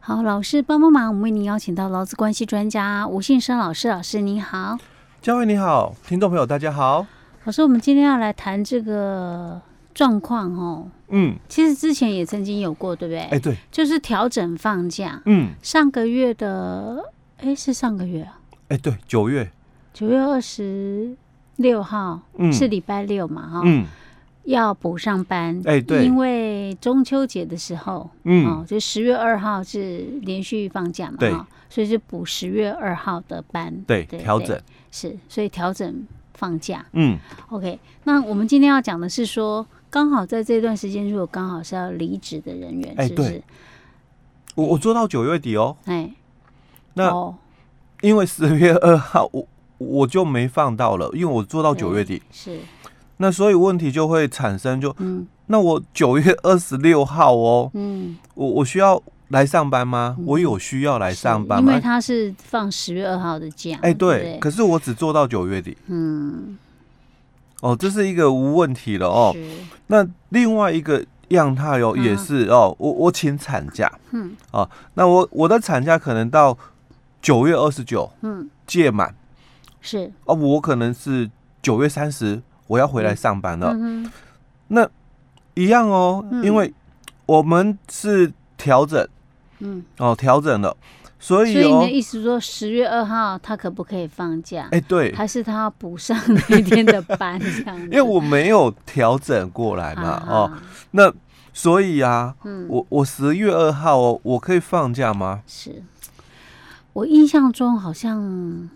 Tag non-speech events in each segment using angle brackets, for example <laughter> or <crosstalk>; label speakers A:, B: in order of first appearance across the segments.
A: 好，老师帮帮忙，我们为您邀请到劳资关系专家吴信生老师，老师您好，
B: 嘉惠你好，听众朋友大家好。
A: 老师，我们今天要来谈这个状况哦。
B: 嗯，
A: 其实之前也曾经有过，对不对？
B: 哎、对，
A: 就是调整放假，
B: 嗯，
A: 上个月的，哎，是上个月啊，
B: 哎、对，九月，
A: 九月二十六号、
B: 嗯，
A: 是，礼拜六嘛，哈、
B: 嗯，
A: 要补上班。
B: 哎对
A: 因为中秋节的时候，哦
B: 嗯，，
A: 就十月二号是连续放假嘛，
B: 对
A: 哈，所以就补十月二号的班，
B: 对，
A: 对
B: 调整，
A: 是，所以调整放假。
B: 嗯，
A: OK，那我们今天要讲的是说，刚好在这段时间，如果刚好是要离职的人员，
B: 哎
A: 是不是
B: 对？我我做到九月底哦，
A: 哎，
B: 那
A: 哦、
B: 因为十月二号我我就没放到了，因为我做到九月底，
A: 是，
B: 那所以问题就会产生就，
A: 嗯
B: 那我九月二十六号哦，
A: 嗯，
B: 我我需要来上班吗？
A: 嗯
B: 我有需要来
A: 是
B: 上班
A: 因
B: 吗
A: 为？他是放十月二号的假，对
B: 哎、
A: 不
B: 对，
A: 对，
B: 可是我只做到九月底，
A: 嗯，
B: 哦，这是一个无问题了哦。
A: 是，
B: 那另外一个样态哦，
A: 嗯
B: 也是哦，我我请产假，哦
A: 嗯
B: 那我我的产假可能到九月二十九
A: 嗯，
B: 届满
A: 是，
B: 哦，我可能是九月三十我要回来上班了，
A: 嗯哼，
B: 一样哦，
A: 嗯
B: 因为我们是调整
A: 嗯，
B: 哦，调整了，所
A: 所
B: 以
A: 以你
B: 哦
A: 的，意思说，十月二号他可不可以放假？
B: 哎、对，
A: 还是他要补上那天的班这样子？
B: <laughs> 因为我没有调整过来嘛，哦，
A: 啊，
B: 那所以啊，
A: 嗯，
B: 我我十月二号哦，我可以放假吗？
A: 是我印象中好像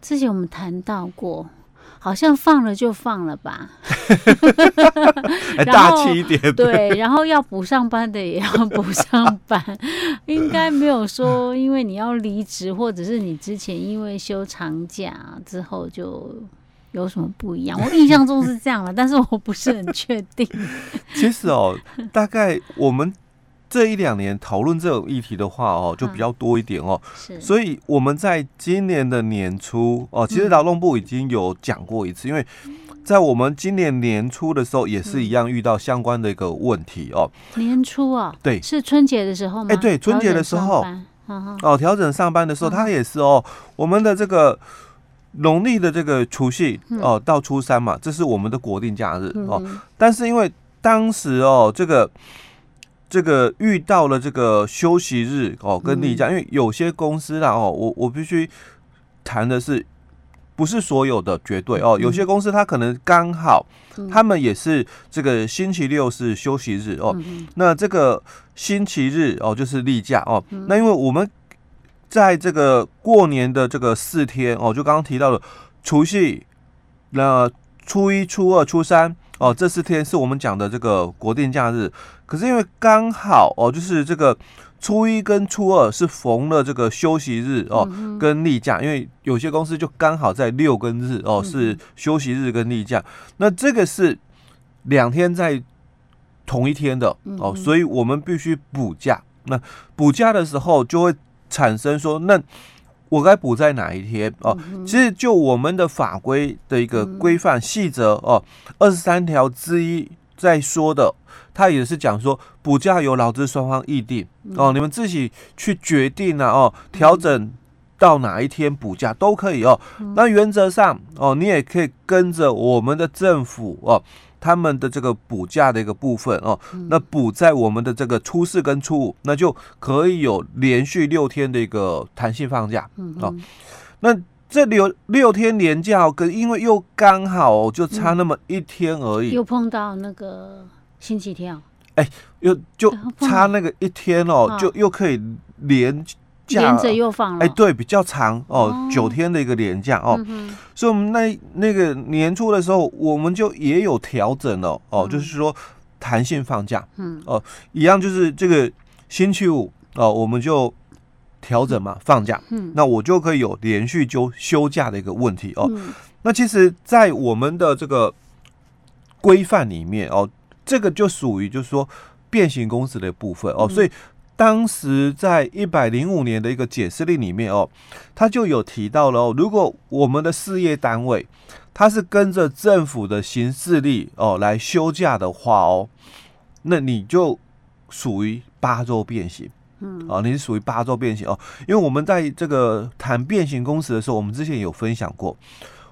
A: 之前我们谈到过，好像放了就放了
B: <laughs>
A: 吧，
B: 哎，
A: 然后
B: 大气一点，
A: 对，然后要补上班的也要补上班， <laughs> 应该没有说因为你要离职，或者是你之前因为休长假之后就。有什么不一
B: <laughs>
A: 样？我印象中是这样了，但是我不是很确定。
B: 其实哦，
A: <laughs>
B: 大概我们这一两年讨论这种议题的话哦，就比较多一点哦。
A: 嗯是，
B: 所以我们在今年的年初哦，其实
A: 嗯
B: 劳动部已经有讲过一次，因为在我们今年年初的时候也
A: 嗯
B: 是一样遇到相关的一个问题哦。
A: 年初啊，
B: 对
A: 是春节的时候吗？
B: 哎对春节的时候
A: 调整上班，啊哈，
B: 哦，调整上班的时候，
A: 嗯
B: 它也是哦，我们的这个。农历的这个除夕
A: 嗯
B: 哦，到初三嘛，这是我们的国定假日哦。
A: 嗯
B: 但是因为当时哦，这个这个遇到了这个休息日哦，跟例
A: 嗯
B: 假，因为有些公司啦哦，我我必须谈的是，不是所有的绝对哦，
A: 嗯
B: 有些公司它可能刚好
A: 嗯
B: 他们也是这个星期六是休息日哦，
A: 嗯嗯
B: 那这个星期日哦就是例假哦
A: 嗯，
B: 那因为我们在这个过年的这个四天哦，就刚刚提到了除夕，那、初一、初二、初三哦，这四天是我们讲的这个国定假日。可是因为刚好哦，就是这个初一跟初二是逢了这个休息日哦，
A: 嗯哼
B: 跟例假，因为有些公司就刚好在六跟日哦
A: 嗯
B: 是休息日跟例假，那这个是两天在同一天的
A: 嗯
B: 哦，
A: 哼
B: 所以我们必须补假。那补假的时候就会产生说，那我该补在哪一天哦？
A: 嗯哼
B: 其实就我们的法规的一个
A: 嗯
B: 规范细则哦，二十三条之一在说的，它也是讲说补假由劳资双方议定
A: 嗯
B: 哦，你们自己去决定啊哦，调整到哪一天补假都可以哦。
A: 嗯
B: 那原则上哦，你也可以跟着我们的政府哦。他们的这个补假的一个部分哦，
A: 嗯
B: 那补在我们的这个初四跟初五，那就可以有连续六天的一个弹性放假。
A: 嗯
B: 哦
A: 哼
B: 那这六六天连假哦，跟因为又刚好哦就差那么一天而已，
A: 又碰到那个星期天哦，
B: 又就
A: 哎不然
B: 差那个一天哦，
A: 嗯
B: 就又可以连假
A: 连着又放了。
B: 哎、对，比较长
A: 哦
B: 哦，九、天的一个连假哦，
A: 嗯哼，
B: 所以我们那那个年初的时候，我们就也有调整了哦，
A: 嗯
B: 就是说弹性放假哦
A: 嗯
B: 一样，就是这个星期五哦，我们就调整嘛放假，
A: 嗯
B: 那我就可以有连续休休假的一个问题哦，
A: 嗯
B: 那其实，在我们的这个规范里面哦，这个就属于就是说变形公司的部分哦，
A: 嗯
B: 所以当时在一百零五年的一个解释令里面哦，它就有提到了哦，如果我们的事业单位它是跟着政府的行事历哦来休假的话哦，那你就属于八周变形嗯，啊，你是属于八周变形哦，因为我们在这个谈变形工时的时候，我们之前有分享过，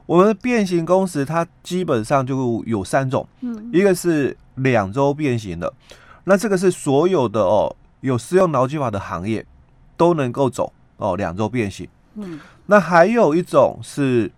B: 我们的变形工时它基本上就有三种，
A: 嗯，
B: 一个是两周变形的，那这个是所有的哦有适用劳基法的行业都能够走哦两周变形，
A: 嗯，
B: 那还有一种是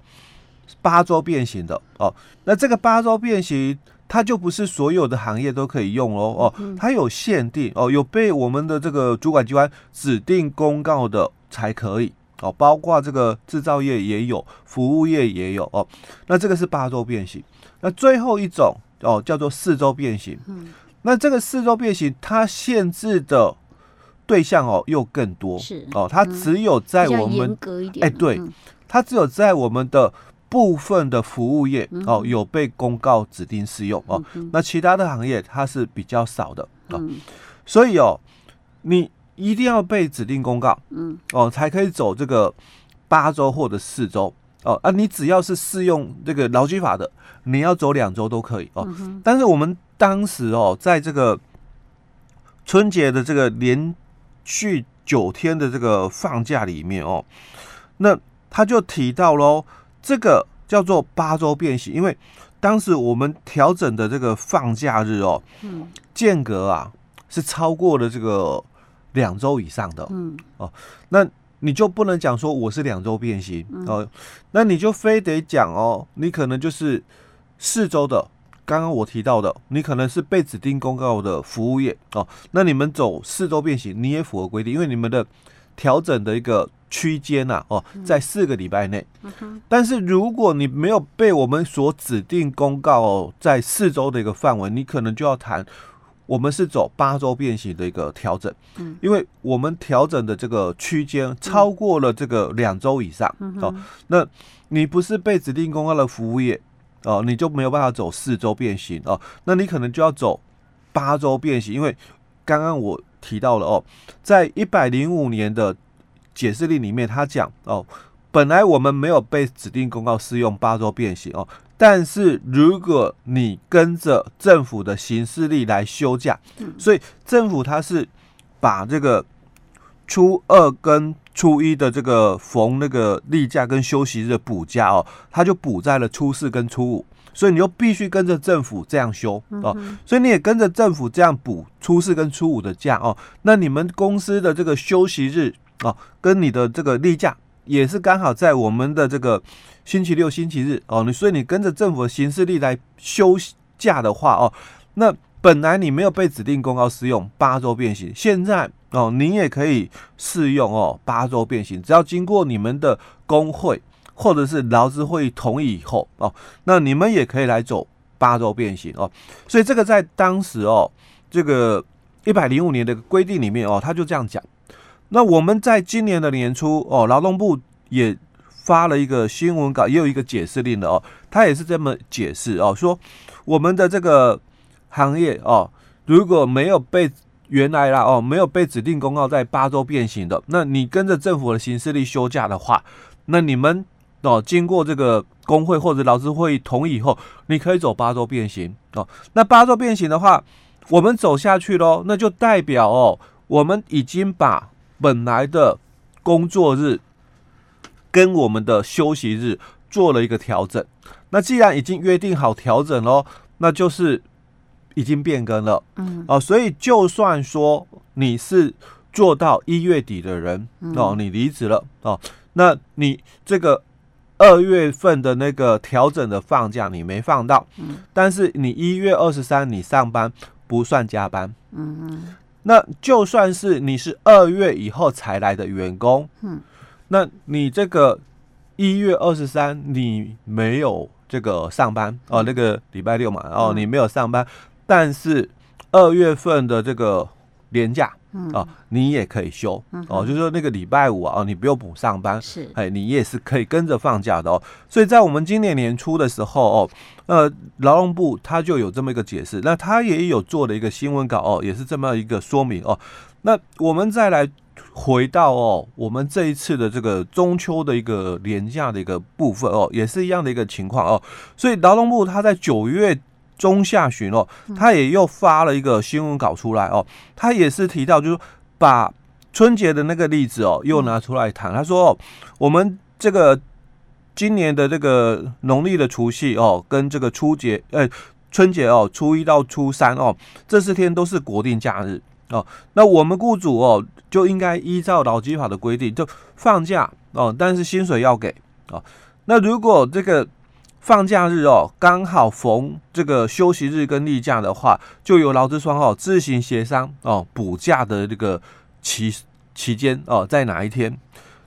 B: 八周变形的哦，那这个八周变形。它就不是所有的行业都可以用哦哦，
A: 嗯
B: 它有限定哦，有被我们的这个主管机关指定公告的才可以哦，包括这个制造业也有，服务业也有哦。那这个是八周变形，那最后一种哦叫做四周变形。
A: 嗯，
B: 那这个四周变形它限制的对象哦又更多
A: 是
B: 哦，它
A: 嗯
B: 只有在
A: 比较
B: 我们
A: 严格一点啊，
B: 哎对
A: 嗯
B: 它只有在我们的部分的服务业
A: 嗯
B: 哦有被公告指定适用哦，那其他的行业它是比较少的哦，
A: 嗯
B: 所以哦，你一定要被指定公告
A: 嗯
B: 哦，才可以走这个八周或者四周哦啊，你只要是适用这个劳基法的，你要走两周都可以哦。
A: 嗯哼
B: 但是我们当时哦，在这个春节的这个连续九天的这个放假里面哦，那他就提到喽，这个叫做八周变形，因为当时我们调整的这个放假日哦，
A: 嗯
B: 间隔啊是超过了这个两周以上的，
A: 嗯
B: 你就不能讲说我是两周变形
A: 嗯
B: 哦、那你就非得讲哦，你可能就是四周的，刚刚我提到的，你可能是被指定公告的服务业哦，那你们走四周变形，你也符合规定，因为你们的调整的一个区间呐哦，在四个礼拜内。
A: 嗯哼
B: 但是如果你没有被我们所指定公告、哦、在四周的一个范围，你可能就要谈我们是走八周变形的一个调整，
A: 嗯
B: 因为我们调整的这个区间超过了这个两周以上、
A: 嗯
B: 哦
A: 哼，
B: 那你不是被指定公告的服务业哦，你就没有办法走四周变形哦，那你可能就要走八周变形，因为刚刚我提到了哦，在一百零五年的解释令里面，他讲哦，本来我们没有被指定公告适用八周变形哦，但是如果你跟着政府的行事历来休假，嗯所以政府它是把这个初二跟初一的这个逢那个例假跟休息日的补假哦，它就补在了初四跟初五，所以你就必须跟着政府这样休哦，
A: 嗯
B: 所以你也跟着政府这样补初四跟初五的假哦，那你们公司的这个休息日哦，跟你的这个例假也是刚好在我们的这个星期六、星期日哦，你所以你跟着政府的行事历来休假的话哦，那本来你没有被指定公告适用八周变形，现在哦你也可以适用哦八周变形，只要经过你们的工会或者是劳资会议同意以后哦，那你们也可以来走八周变形哦，所以这个在当时哦这个一百零五年的规定里面哦，他就这样讲。那我们在今年的年初哦，劳动部也发了一个新闻稿，也有一个解释令的哦，他也是这么解释哦，说我们的这个行业哦，如果没有被原来啦哦，没有被指定公告在八周变形的，那你跟着政府的行事力休假的话，那你们哦，经过这个工会或者劳资会议同意以后，你可以走八周变形哦。那八周变形的话，我们走下去喽，那就代表哦，我们已经把本来的工作日跟我们的休息日做了一个调整。那既然已经约定好调整喽，那就是已经变更了
A: 嗯
B: 哦、所以就算说你是做到一月底的人
A: 嗯
B: 哦，你离职了哦，那你这个二月份的那个调整的放假你没放到，
A: 嗯
B: 但是你一月二十三你上班不算加班，
A: 嗯
B: 那就算是你是二月以后才来的员工，
A: 嗯，
B: 那你这个一月二十三你没有这个上班哦，那个礼拜六嘛，哦，
A: 嗯
B: 你没有上班，但是二月份的这个年假
A: 嗯
B: 哦，你也可以休哦，就是说那个礼拜五啊，哦，你不用补上班，
A: 是
B: 哎，你也是可以跟着放假的哦。所以在我们今年年初的时候哦，呃，劳动部它就有这么一个解释，那它也有做了一个新闻稿哦，也是这么一个说明哦。那我们再来回到哦，我们这一次的这个中秋的一个廉价的一个部分哦，也是一样的一个情况哦。所以劳动部它在九月。中下旬哦，它也又发了一个新闻稿出来哦，它也是提到，就是把春节的那个例子哦，又拿出来谈。他说、哦，我们这个今年的这个农历的除夕哦，跟这个初节呃春节哦，初一到初三哦，这四天都是国定假日哦。那我们雇主哦，就应该依照劳基法的规定，就放假哦，但是薪水要给哦。那如果这个放假日哦，刚好逢这个休息日跟例假的话，就由劳资双方哦自行协商哦补假的这个期期间哦在哪一天。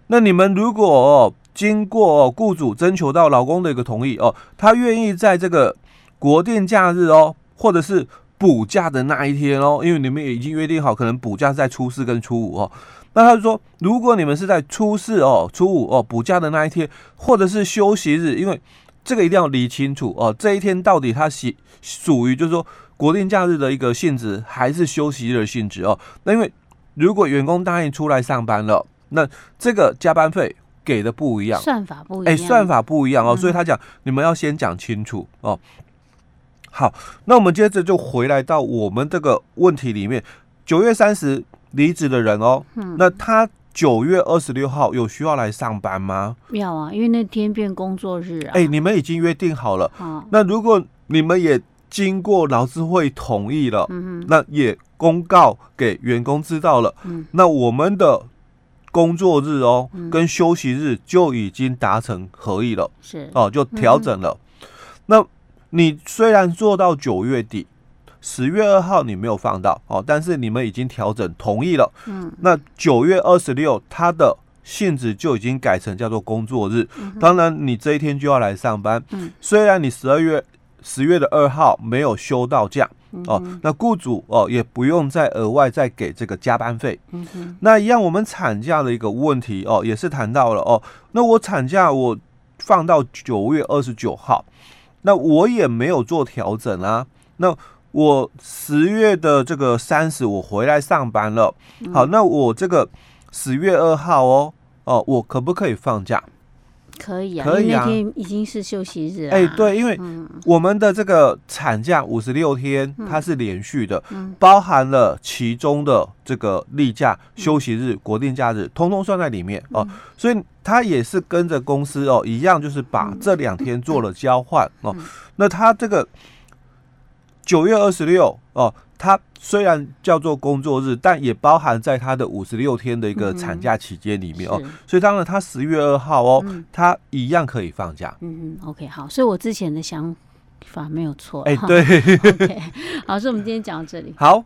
B: 那你们如果、哦、经过、哦、雇主征求到劳工的一个同意哦，他愿意在这个国定假日哦，或者是补假的那一天哦，因为你们也已经约定好，可能补假是在初四跟初五哦。那他就说，如果你们是在初四哦、初五哦补假的那一天，或者是休息日，因为这个一定要理清楚哦，这一天到底它属属于就是说国定假日的一个性质，还是休息日的性质哦？那因为如果员工答应出来上班了，那这个加班费给的不一样，
A: 算法不一
B: 哎、
A: 样，
B: 算法不一样哦，
A: 嗯
B: 所以他讲你们要先讲清楚哦。好，那我们接着就回来到我们这个问题里面，九月三十离职的人哦，
A: 嗯
B: 那他九月二十六号有需要来上班吗？
A: 要啊，因为那天变工作日啊，
B: 哎、你们已经约定好了。
A: 啊，
B: 那如果你们也经过劳资会同意了，
A: 嗯
B: 那也公告给员工知道了，
A: 嗯
B: 那我们的工作日哦、跟休息日就已经达成合意了
A: 哼，是，嗯
B: 哦、就调整了。那你虽然做到九月底。十月二号你没有放到哦，但是你们已经调整同意了。
A: 嗯，
B: 那九月二十六它的性质就已经改成叫做工作日，当然你这一天就要来上班。
A: 嗯
B: 虽然你十二月十月的二号没有休到假
A: 嗯
B: 哦，那雇主哦也不用再额外再给这个加班费。
A: 嗯哼，
B: 那一样，我们产假的一个问题哦，也是谈到了哦。那我产假我放到九月二十九号，那我也没有做调整啊。那我十月的这个三十我回来上班了，好，那我这个十月二号哦哦，我可不可以放假？
A: 可以啊，
B: 可以
A: 因为那
B: 啊
A: 天已经是休息日啊，
B: 哎、对，因为
A: 嗯
B: 我们的这个产假五十六天，它是连续的，
A: 嗯
B: 包含了其中的这个例假、
A: 嗯
B: 休息日、国定假日，通通算在里面哦、所以它也是跟着公司哦一样，就是把这两天做了交换
A: 嗯
B: 哦、那它这个九月二十六哦，它虽然叫做工作日，但也包含在它的五十六天的一个产假期间里面哦、
A: 嗯是
B: 所以当然，它十月二号哦，
A: 嗯
B: 它一样可以放假。
A: 嗯嗯，OK，好，所以我之前的想法没有错，
B: 哎、
A: 哈 <laughs>
B: 对。
A: ，OK，好，所以我们今天讲到这里。
B: 好，